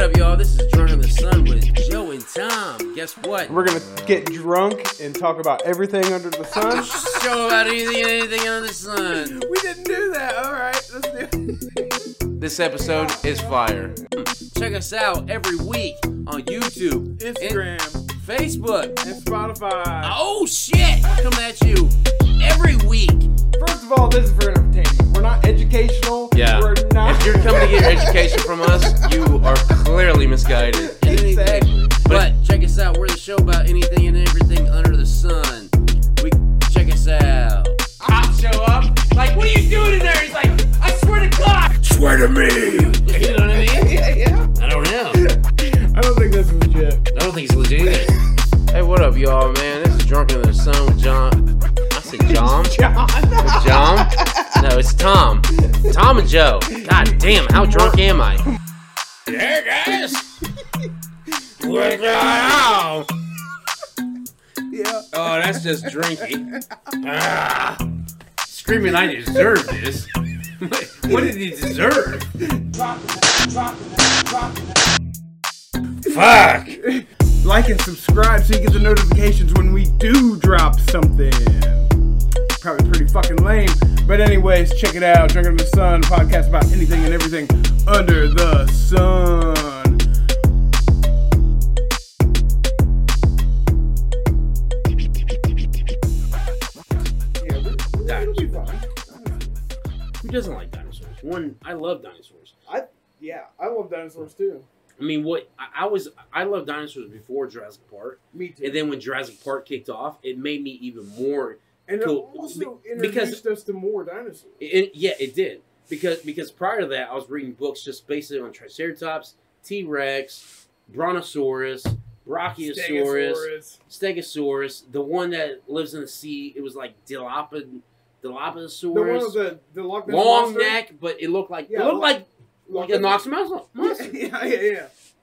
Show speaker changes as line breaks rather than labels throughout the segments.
up, y'all? This is Drunk in the Sun with Joe and Tom. Guess what?
We're gonna get drunk and talk about everything under the sun.
Show about anything and anything under the sun.
We didn't do that. All right, let's do
This episode is fire.
Check us out every week on YouTube,
it.
In-
Instagram
Facebook.
and Spotify.
Oh shit! I Come at you every week.
First of all, this is for entertainment. We're not educational.
Yeah.
We're not.
If you're coming to get your education from us, you are clearly misguided.
Anything.
Exactly.
But check us out. We're the show about anything and everything under the sun. We check us out.
Cops show up. Like, what are you doing in there? He's like, I swear to God.
Swear to me.
You know what I mean?
yeah, yeah.
I don't know.
I don't think that's legit.
I don't think he's legit either. Hey, what up, y'all, man? This is Drunk in the Sun with John. I said John.
John.
John? No, it's Tom. Tom and Joe. God damn, how drunk am I?
There, guys. What's going on?
Yeah.
Oh, that's just drinking. Ah, screaming, I deserve this. what did he deserve? Fuck.
Like and subscribe so you get the notifications when we do drop something. Probably pretty fucking lame. But anyways, check it out. Drunk Under the Sun podcast about anything and everything under the sun.
Who doesn't like dinosaurs? One, I love dinosaurs.
I, yeah, I love dinosaurs too.
I mean, what I, I was, I loved dinosaurs before Jurassic Park,
Me too.
and then when Jurassic Park kicked off, it made me even more.
And it
Cool.
also
Be-
introduced us to more dinosaurs.
It, it- yeah, it did because because prior to that, I was reading books just basically on Triceratops, T Rex, Brontosaurus, Brachiosaurus,
Stegosaurus.
Stegosaurus, the one that lives in the sea. It was like Dilopid,
The one with
Dilophosaurus,
the, the Loch Ness
long
monster?
neck, but it looked like
Yeah,
it looked
Loch-
like like
Loch
a
Ness-
Nox monster.
Yeah, yeah,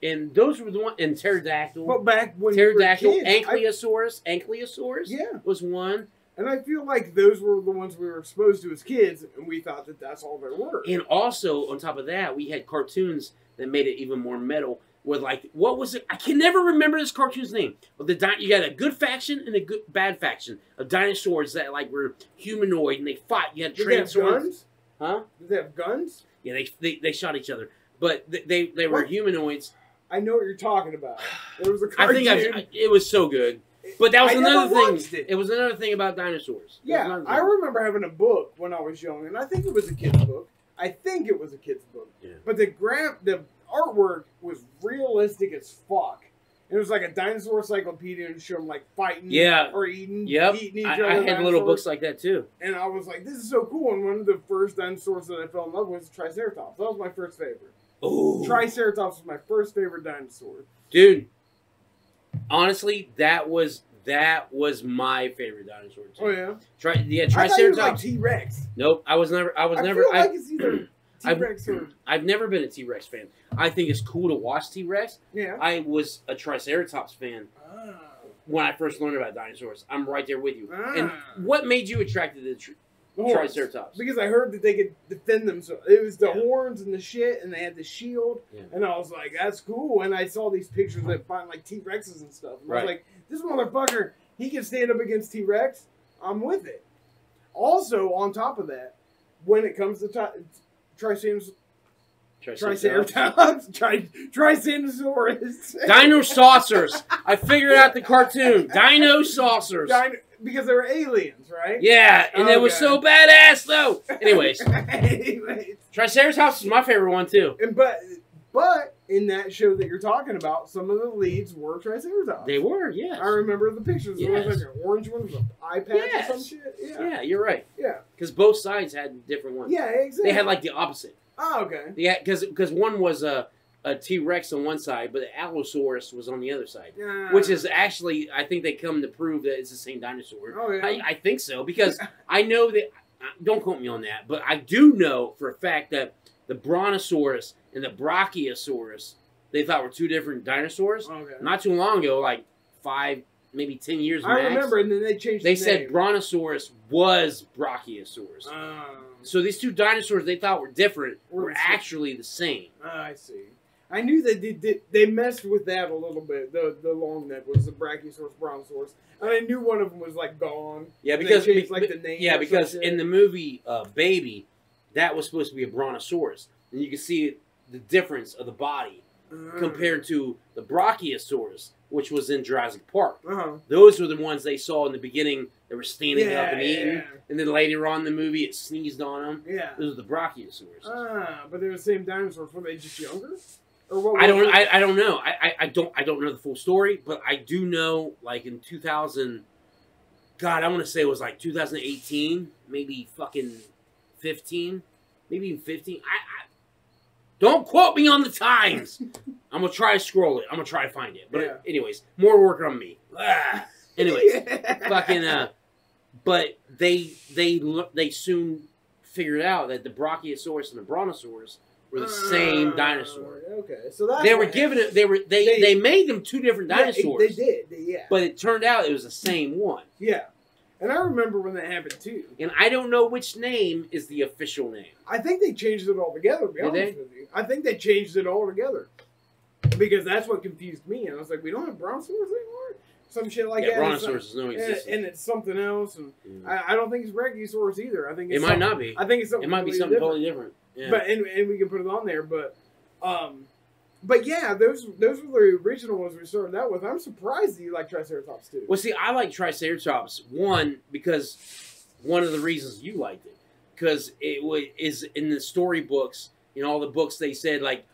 yeah.
And those were the one and pterodactyl.
But back when we were
Pterodactyl,
kids, I-
Ankylosaurus, Ankylosaurus
yeah.
was one,
And I feel like those were the ones we were exposed to as kids, and we thought that that's all there were.
and also on top of that, we had cartoons that made it even more metal. With like, what was it? I can never remember this cartoon's name. But the di- you got a good faction and a good bad faction of dinosaurs that like were humanoid and they fought. You had
Did they have
transformers,
guns?
huh?
Did they have guns?
Yeah, they, they they shot each other, but they they, they were
What?
humanoids.
I know what you're talking about. There was a
I
cartoon.
think I've, I, it was so good. But that was
I
another
never watched
thing.
it.
It. was another thing about dinosaurs. It was
yeah,
another
I
thing.
remember having a book when I was young, and I think it was a kid's book. I think it was a kid's book.
Yeah.
But the gra- the artwork was realistic as fuck. It was like a dinosaur encyclopedia and showed them like fighting
Yeah.
or eating,
Yep.
eating each
I,
other.
I had little
dinosaurs.
books like that too.
and I was like, this is so cool. And one of the first dinosaurs that I fell in love with was Triceratops. That was my first favorite.
Oh,
Triceratops was my first favorite dinosaur.
dude. Honestly, that was that was my favorite dinosaur. Too.
Oh yeah,
Tri- yeah,
I thought it was
Triceratops.
like T Rex.
nope, I was never. I was
I
never.
feel
I,
like it's either T
I've-
Rex or
I've never been a T Rex fan. I think it's cool to watch T Rex.
yeah.
I was a Triceratops fan
Ah.
when I first learned about dinosaurs. I'm right there with you.
Ah.
And what made you attracted to tr-
The horns.
Triceratops?
Because I heard that they could defend themselves. It was the
Yeah.
horns and the shit, and they had the shield.
Yeah.
And I was like, that's cool. And I saw these pictures that find like T Rexes and stuff. And I
Right.
was like, this motherfucker, he can stand up against T Rex. I'm with it. Also, on top of that, when it comes to ti- Triceratops, Triceratops, tri- Triceratosaurus,
Dino saucers. I figured out the cartoon. Dino saucers.
Dino- because they were aliens, right?
yeah, and it was
Okay.
so badass though. Anyways,
Anyways.
Triceratops is my favorite one too.
And but but in that show that you're talking about, some of the leads were Triceratops.
They were, yes.
I remember the pictures. There was
Yes.
like an orange one with an eye patch
Yes.
or some shit. Yeah.
Yeah, you're right.
Yeah.
Because both sides had different
Yeah,
ones.
exactly.
They had like the opposite.
Oh, okay.
Yeah, because because one was a a T Rex on one side, but the Allosaurus was on the other side,
Yeah.
which is actually I think they come to prove that it's the same dinosaur.
Oh yeah.
I, I think so because I know that. uh, Don't quote me on that, but I do know for a fact that the Brontosaurus and the Brachiosaurus they thought were two different dinosaurs.
okay.
Not too long ago, like five, maybe ten years.
I
max,
remember and then they changed
they
the
said
name.
Brontosaurus was Brachiosaurus.
Um,
so these two dinosaurs they thought were different
Were
were
the same.
actually the same.
Oh, I see. I knew they did, did they messed with that a little bit. The the long neck was the Brachiosaurus, Brontosaurus, and I knew one of them was like gone.
Yeah,
They
because
changed,
be-
like, the
be-
name
yeah,
or
because
some shit.
in the movie uh, Baby, that was supposed to be a brontosaurus, and you can see the difference of the body
Uh-huh.
compared to the brachiosaurus, which was in Jurassic Park.
Uh huh.
Those were the ones they saw in the beginning. They were standing
Yeah,
up and eating,
yeah.
and then later on in the movie, it sneezed on them.
Yeah.
Those are the brachiosaurus.
Ah, but they're the same dinosaurs. Were they just younger? Or what?
I
was
don't.
it?
I, I don't know. I, I, I don't. I don't know the full story, but I do know. Like in 2000, God, I want to say it was like 2018, maybe fucking 15, maybe even 15. I, I don't quote me on the times. I'm gonna try to scroll it. I'm gonna try to find it. But
Yeah. anyways,
more work on me. Ah. Anyways,
Yeah.
fucking. Uh, but they they lo- they soon figured out that the Brachiosaurus and the Brontosaurus were the same
Ah,
dinosaur
Okay, so that's
they were
what
given
happened.
it. They were they,
They-
they made them two different
Yeah, it-
dinosaurs,
They, did. they- yeah.
but it turned out it was the same one.
yeah. And I remember when that happened too.
And I don't know which name is the official name.
I think they changed it all together. To be
Did
honest
they?
with you, I think they changed it all together because that's what confused me. And I was like, we don't have brontosaurs anymore. Some shit like
yeah,
that. and it's
Brontosaurus is no
not- And,
existence.
and it's something else, and
Mm.
I, I don't think it's Brachiosaurus either. I think it's
it might
something-
not be.
I think it's something.
It might be something
completely different.
totally different. Yeah.
but and, and we can put it on there but um but yeah those those were the original ones we started out with i'm surprised that you like triceratops too
well, see, I like Triceratops one because one of the reasons you liked it because it was is in the storybooks in all the books they said like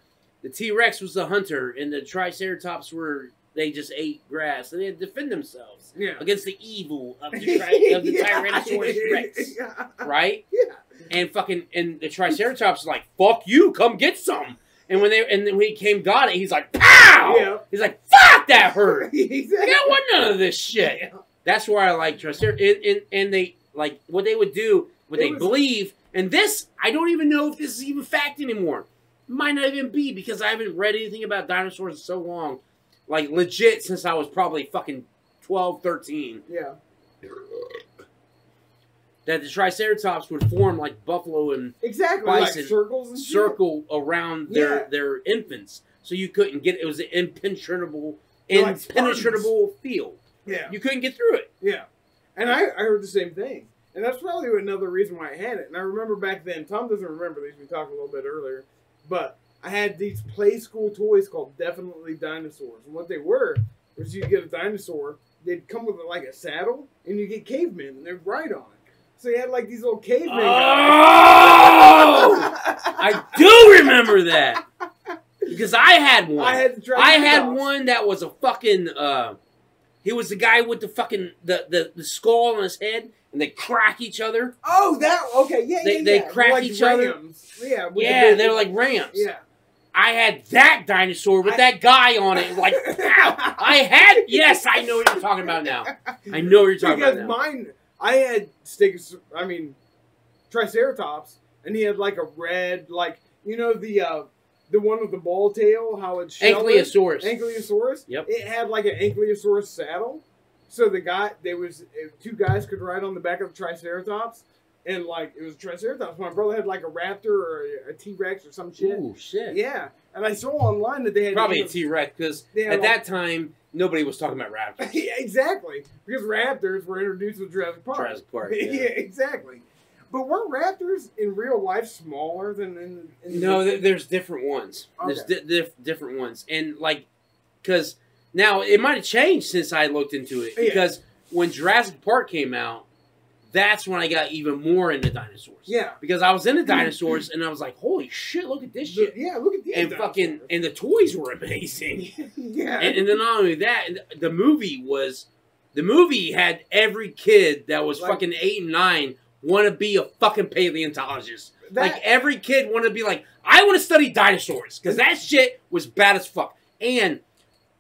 the T Rex was the hunter and the Triceratops were they just ate grass and they had to defend themselves.
yeah
against the evil of the, tri- of the Tyrannosaurus Rex,
yeah.
right?
Yeah.
And fucking and the Triceratops is like, "Fuck you, come get some." And when they and then when he came, got it. He's like, "Pow!"
Yeah.
He's like, "Fuck that hurt." I
exactly.
don't want none of this shit. That's where I like Triceratops. And, and and they like what they would do, what
It
they
was-
believe. And this, I don't even know if this is even fact anymore. Might not even be because I haven't read anything about dinosaurs in so long. Like legit since I was probably fucking 12, 13
yeah
that the Triceratops would form like buffalo and
exactly
Bison.
like circles and shit.
circle around their
Mm-hmm. Yeah.
their infants, so you couldn't get it was an impenetrable
They're like
impenetrable field.
yeah
You couldn't get through it.
yeah and i i heard the same thing and that's probably another reason why i had it and i remember back then tom doesn't remember these we talked a little bit earlier but i had these play school toys called definitely dinosaurs and what they were was you get a dinosaur, they'd come with like a saddle, and you get cavemen, and they'd ride on it. So you had like these little
Oh!
cavemen.
I do remember that because I had one.
I had to try.
I had one that was a fucking. Uh, he was the guy with the fucking the, the the skull on his head, and they crack each other.
Oh, that okay? Yeah,
They-
yeah,
they
yeah.
crack
like
each other.
rams. Yeah, with the
Yeah,
big-
they were like rams.
yeah.
I had that dinosaur with
I-
that guy on it. Like, ow! I had. Yes, I know what you're talking about now. I know what you're talking
because
about now.
mine, I had sticks. I mean, Triceratops, and he had like a red, like you know the uh the one with the ball tail, how it's shelved.
Ankylosaurus.
Ankylosaurus.
Yep.
It had like an Ankylosaurus saddle, so the guy they was if two guys could ride on the back of the Triceratops, and like it was a Triceratops. My brother had like a raptor or a T Rex or some shit.
Ooh, shit.
Yeah, and I saw online that they had
Probably a
either-
T Rex because
they had
at
like-
that time nobody was talking about raptors.
yeah, exactly because raptors were introduced with Jurassic Park.
Jurassic Park.
yeah.
Yeah.
exactly. But were raptors in real life smaller than in? in
No, th- there's different ones. There's di- diff- different ones, and like, because now it might have changed since I looked into it.
Yeah.
Because when Jurassic Park came out, that's when I got even more into dinosaurs.
yeah, Mm-hmm.
Because I was into dinosaurs, and I was like, "Holy shit! Look at this shit!"
yeah. Look at these
and fucking and the toys were amazing.
dinosaurs. yeah.
and, and then not only that, the movie was the movie had every kid that was
Like-
fucking eight and nine want to be a fucking paleontologist.
That-
like every kid wanted to be like, I want to study dinosaurs because that shit was bad as fuck. And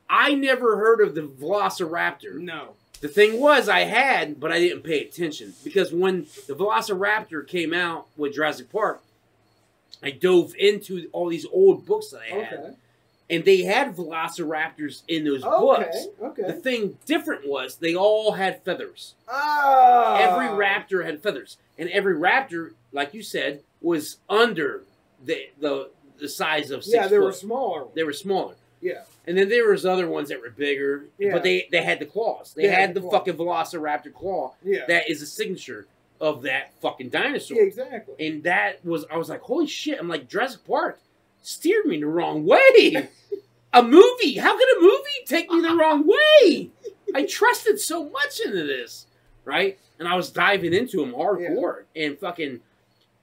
I never heard of the Velociraptor.
no.
The thing was, I had, but I didn't pay attention because when the Velociraptor came out with Jurassic Park, I dove into all these old books that I had,
Okay.
and they had Velociraptors in those
Okay.
books. The
Okay.
thing different was they all had feathers.
Ah.
every raptor had feathers, and every raptor, like you said, was under the the the, the size of six
yeah, they
foot.
were smaller. ones.
they were smaller.
Yeah.
And then there was other ones that were bigger,
Yeah.
but they they had the claws. They
They had
had,
the
the
claws.
fucking Velociraptor claw.
Yeah.
That is a signature of that fucking dinosaur.
yeah, exactly.
And that was I was like, holy shit! I'm like Jurassic Park steered me the wrong way. a movie? How could a movie take me the wrong way? I trusted so much into this, right? And I was diving into them hardcore and fucking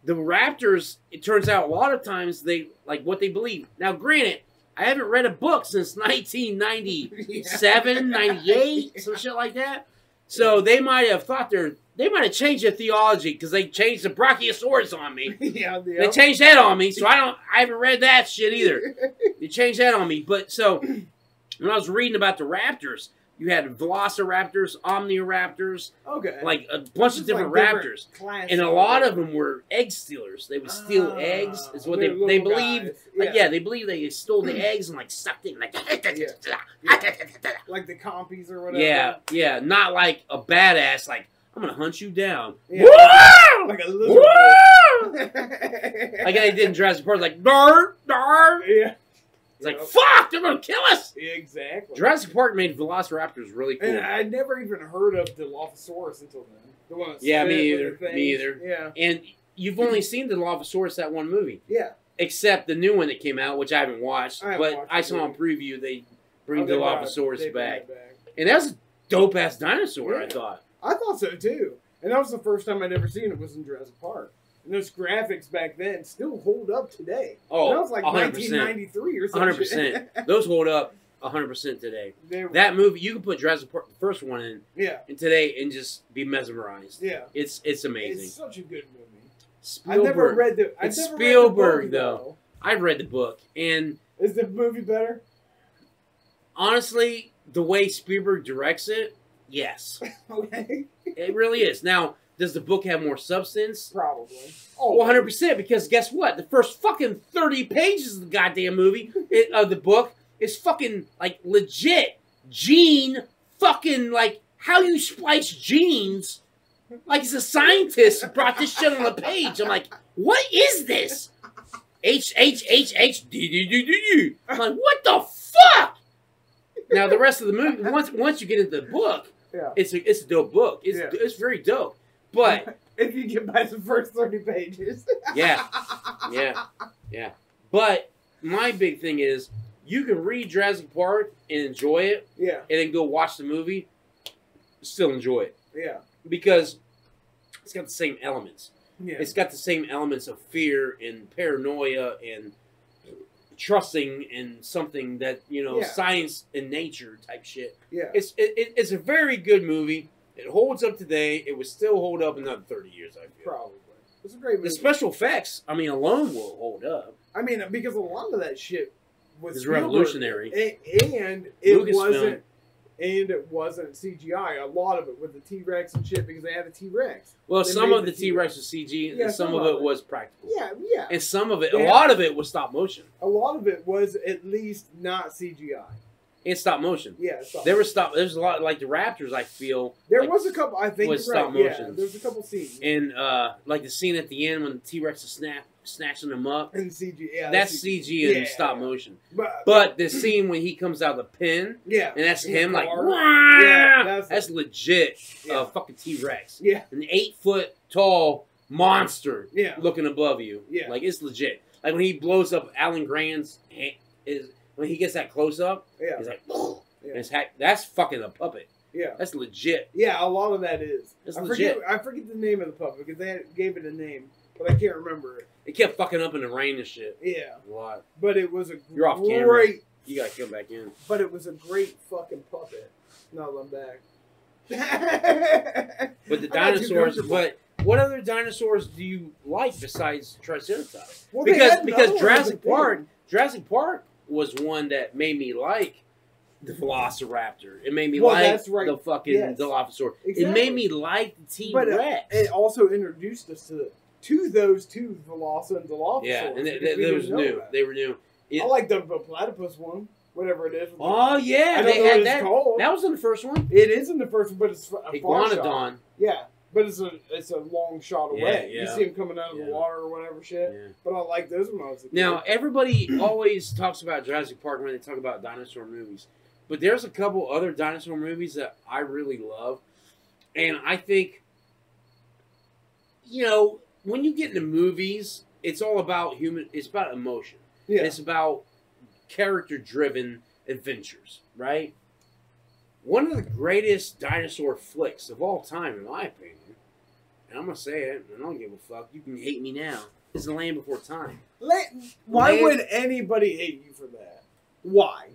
the Raptors. It turns out a lot of times they like what they believe. Now, granted, I haven't read a book since 1990 seven, ninety eight, some shit like that. So they might have thought they're they might have changed their theology because they changed the brachiosaurus on me.
yeah, yeah.
They changed that on me, so I don't I haven't read that shit either. They changed that on me. But so when I was reading about the raptors, you had velociraptors, omniraptors,
okay.
like a bunch of
Just like
different
different
raptors.
classes.
And a lot of them were egg stealers. They would steal
Ah,
eggs. Is what they
they're little
they believe.
guys.
Like, yeah. they believe they stole the eggs and like sucked it and like
like the compies or whatever.
Yeah, yeah, not like a badass. Like I'm gonna hunt you down.
Yeah.
Woo!
Like a
Woo!
lizard.
Like I didn't dress the part like dar dar. It's
Yeah.
like
Yep.
fuck, they're gonna kill us.
Exactly.
Jurassic Park made Velociraptors really cool,
And I'd never even heard of Dilophosaurus until then. The one that
Yeah, me
spit with
either.
the things.
Me either.
Yeah.
and you've only seen the Dilophosaurus that one movie,
Yeah.
except the new one that came out, which I haven't watched,
I haven't
but
watched
I
it
saw on
either.
preview they bring
Oh,
the
they brought it-
Dilophosaurus
they brought
back,
it back.
and that was a dope ass dinosaur. I
Yeah.
thought.
I thought so too. And that was the first time I'd ever seen it was in Jurassic Park. And those graphics back then still hold up today.
Oh,
that was like
100%.
1993 or something.
100%. Those hold up 100% today.
they were,
That movie, you can put Jurassic Park, the first one in,
yeah,
and today and just be mesmerized.
yeah.
It's it's amazing.
It's such a good movie.
Spielberg.
I never read the. I
It's
never
Spielberg,
read the book,
though. I've read the book, and
though. Is the movie better?
honestly, the way Spielberg directs it, yes,
Okay,
it really is. Now, does the book have more substance?
probably. Oh,
100 percent. Because guess what? The first fucking 30 pages of the goddamn movie it, of the book is fucking like legit gene fucking like how you splice genes. Like it's a scientist who brought this shit on the page. I'm like, what is this? H H H H D D D D D. I'm like, what the fuck? Now the rest of the movie, once once you get into the book,
Yeah.
it's a it's a dope book. It's
Yeah.
it's very dope. But
If you get past the first thirty pages,
yeah. Yeah. Yeah. But my big thing is you can read Jurassic Park and enjoy it
yeah,
and then go watch the movie, still enjoy it.
yeah,
Because it's got the same elements.
yeah.
It's got the same elements of fear and paranoia and trusting in something that, you know,
Yeah.
science and nature type shit.
yeah.
It's it, it, it's a very good movie. It holds up today. It would still hold up another 30 years, I feel.
Probably. It's a great movie.
The special effects, I mean, alone will hold up.
I mean, because a lot of that shit was
It's
Spielberg.
revolutionary.
A- and it
Lucasfilm.
wasn't. And it wasn't CGI. A lot of it with the T Rex and shit because they had a T Rex.
Well,
They
some
made
of
the
the T Rex was CG,
Yeah,
and some,
some
of
of
it
it.
was practical,
Yeah, yeah.
and some of it, a
Yeah.
lot of it was stop motion.
a lot of it was at least not CGI.
It's stop motion.
Yeah, stop.
There was stop. There's a lot like the Raptors. I feel
there
like,
was a couple. I think
was
you're right.
stop
Yeah,
motion.
there's a couple scenes
and uh, like the scene at the end when the T Rex is snap snatching them up.
in CGI. Yeah,
That's CG and
Yeah.
stop motion.
but,
But the scene when he comes out of the pen
yeah,
and that's him like,
Car.
"Wah!"
Yeah,
Ah! that's,
that's-
legit.
Yeah.
Uh, fucking T Rex,
yeah,
an eight foot tall monster.
yeah,
looking above you.
Yeah.
Like it's legit. Like when he blows up Alan Grant's hand, is when he gets that close up,
yeah,
he's like, "Whoa,"
Yeah.
and it's hack- that's fucking a puppet.
yeah,
That's legit.
yeah. A lot of that is.
It's
I
legit.
forget. I forget the name of the puppet because they had- gave it a name, but I can't remember it.
It kept fucking up in the rain and shit.
Yeah,
A lot.
but it was a
You're off camera.
great.
You gotta come back in.
But it was a great fucking puppet. Now that I'm back.
But the
I got too
dinosaurs.
comfortable.
But what other dinosaurs do you like besides Triceratops?
Well, they
Because
had
because
another one
Jurassic
as a
Park,
thing.
Jurassic Park was one that made me like the Velociraptor. It made me
Well,
like
that's right.
the fucking
Yes.
Dilophosaur. It
Exactly.
made me like the T
But, uh,
Rex.
It also introduced us to to those two Velosa and Dilophosaurus.
Yeah, and they,
because
they, they
we didn't
was
know
new.
about it.
They were new. It-
I like the the platypus one, whatever it is.
oh
I
yeah,
don't
they
know what
had
it's
that.
called.
That was in the first one.
it is in the first one, but it's a far shot.
Iguanodon.
Yeah, But it's a it's a long shot
Yeah,
away. You
yeah.
see him coming out of
Yeah.
the water or whatever shit.
Yeah.
But I like those when I was a kid.
Now, everybody always talks about Jurassic Park when they talk about dinosaur movies, but there's a couple other dinosaur movies that I really love, and I think, you know, when you get into movies, it's all about human. It's about emotion.
yeah,
It's about character-driven adventures, right? One of the greatest dinosaur flicks of all time, in my opinion, and I'm gonna say it, and I don't give a fuck. You can hate me now. Is the Land Before Time.
Let, why
Land-
would anybody hate you for that? Why?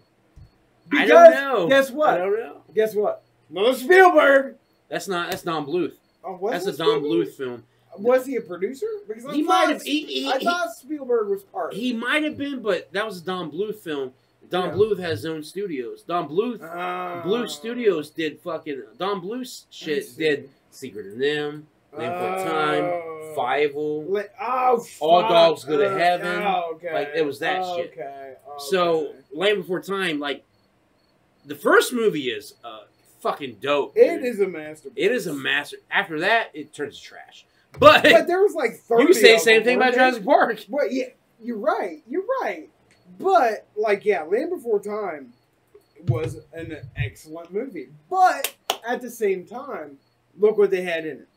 I don't know.
Guess
I
what?
don't know.
Guess what? No Spielberg.
That's not. That's Don Bluth.
Oh, was
that's
it
a Don
Spielberg?
Bluth film.
Was he a producer? Because I
He
thought,
might have. He, he,
I
he-
thought Spielberg was part.
he might have been, but that was a Don Bluth film. Don
Yeah.
Bluth has his own studios. Don Bluth,
Uh,
Bluth Studios did fucking Don Bluth shit. Did Secret of Them, Land Before Time, Fival.
Le- oh,
All
fuck.
Dogs Go to
Uh,
Heaven.
oh, okay.
Like, it was that shit.
Okay. okay.
So Land Before Time, like the first movie is uh, fucking dope.
it
dude.
is a masterpiece.
It is a master. After that, it turns to trash. But,
But there was like thirty.
you can say the
of
same
them,
thing about
weren't there?
Jurassic Park.
But yeah, you're right. You're right. But like, yeah, Land Before Time was an excellent movie. But at the same time, look what they had in it.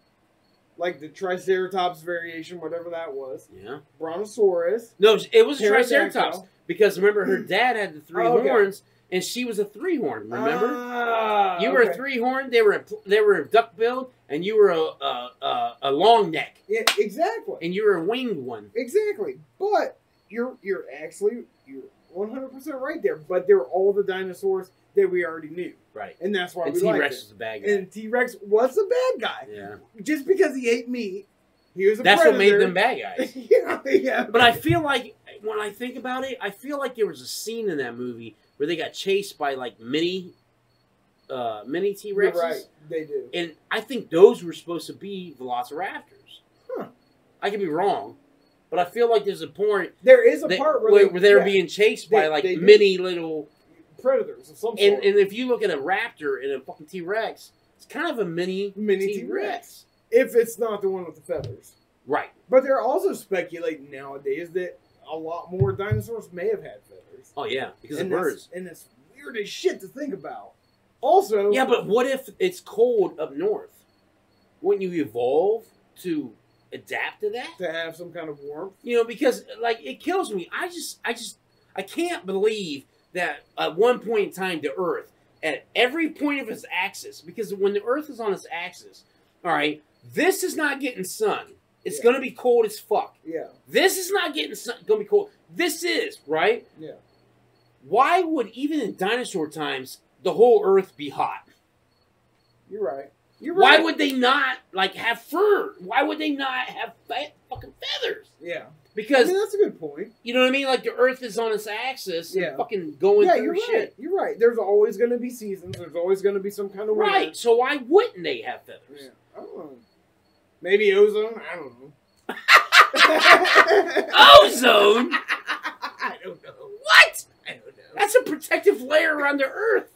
Like the Triceratops variation, whatever that was,
Yeah.
Brontosaurus,
No, it was a
Pterodactyl.
Triceratops. Because remember, her dad had the three
Oh, okay.
horns, and she was a three horn. Remember,
Ah,
you were
okay.
a three horn. They were a, pl- they were a duck billed, and you were a, a, a, a long neck,
Yeah, exactly.
and you were a winged one.
Exactly. But you're you're actually you're one hundred percent right there. But they're all the dinosaurs that we already knew,
Right.
and that's why
And
we
T
liked
Rex
it.
is a bad guy.
And T Rex was a bad guy.
yeah,
Just because he ate meat, he was a
that's what made
predator.
them bad guys.
yeah, yeah.
But I feel like when I think about it, I feel like there was a scene in that movie where they got chased by like mini, uh, mini T
You're
Rexes,
right. They do.
and I think those were supposed to be Velociraptors.
Huh.
I could be wrong, but I feel like there's a point
There is a
they,
part where,
where,
they,
where they're
yeah,
being chased
They-
by like
they do.
many little
predators of some
and,
sort.
and if you look at a raptor and a fucking t-rex it's kind of a mini
Mini
t-rex,
T-Rex. if it's not the one with the feathers,
right
but they're also speculating nowadays that a lot more dinosaurs may have had feathers.
oh yeah because
and
of
that's-
birds
and it's weird as shit to think about. Also,
yeah but what if it's cold up north wouldn't you evolve to adapt to that
to have some kind of warmth.
you know because like it kills me i just i just i can't believe that at one point in time the earth at every point of its axis because when the earth is on its axis all right this is not getting sun it's
Yeah.
gonna be cold as fuck
Yeah,
this is not getting sun gonna be cold this is right
Yeah.
why would even in dinosaur times the whole earth be hot
you're right. You're
why
right.
would they not like have fur why would they not have fe- fucking feathers
Yeah, I
because
mean that's a good point.
you know what I mean? Like the Earth is on its axis,
Yeah.
and fucking going
yeah,
through
you're right.
shit.
You're right. There's always going to be seasons. There's always going to be some kind of winter.
Right. So why wouldn't they have feathers?
Yeah. I don't know. Maybe ozone. I don't know. I
Oh! Ozone?
don't know.
what?
I don't know.
That's a protective layer around the Earth.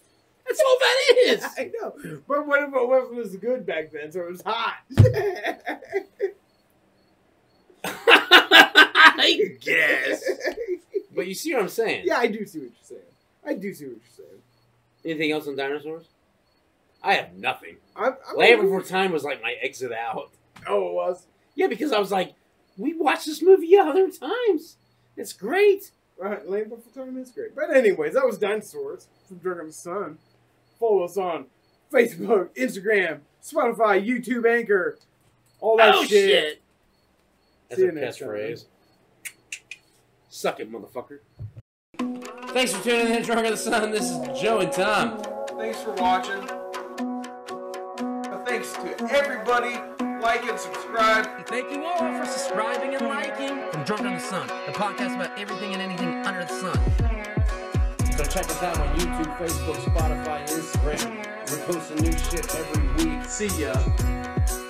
That's all that is.
I know. But what if it wasn't as good back then, so it was hot?
I guess. But you see what I'm saying?
yeah, I do see what you're saying. I do see what you're saying.
Anything else on dinosaurs? I have nothing.
I'm, I'm
Land Before Time was like my exit out.
Oh, it was.
Yeah, because I was like, we watched this movie a hundred times. It's great.
Right, Land Before Time is great. But anyways, that was Dinosaurs from Dragon Sun. Follow us on Facebook, Instagram, Spotify, YouTube, Anchor, all that
oh
shit.
shit. That's
See
a
you next time.
catchphrase. Suck it, motherfucker. Thanks for tuning in, Drunk of the Sun. This is Joe and Tom.
Thanks for watching. Thanks to everybody. Like and subscribe.
Thank you all for subscribing and liking. From Drunk on the Sun, the podcast about everything and anything under the sun.
So check us out on YouTube, Facebook, Spotify, Instagram. We're posting new shit every week. See ya.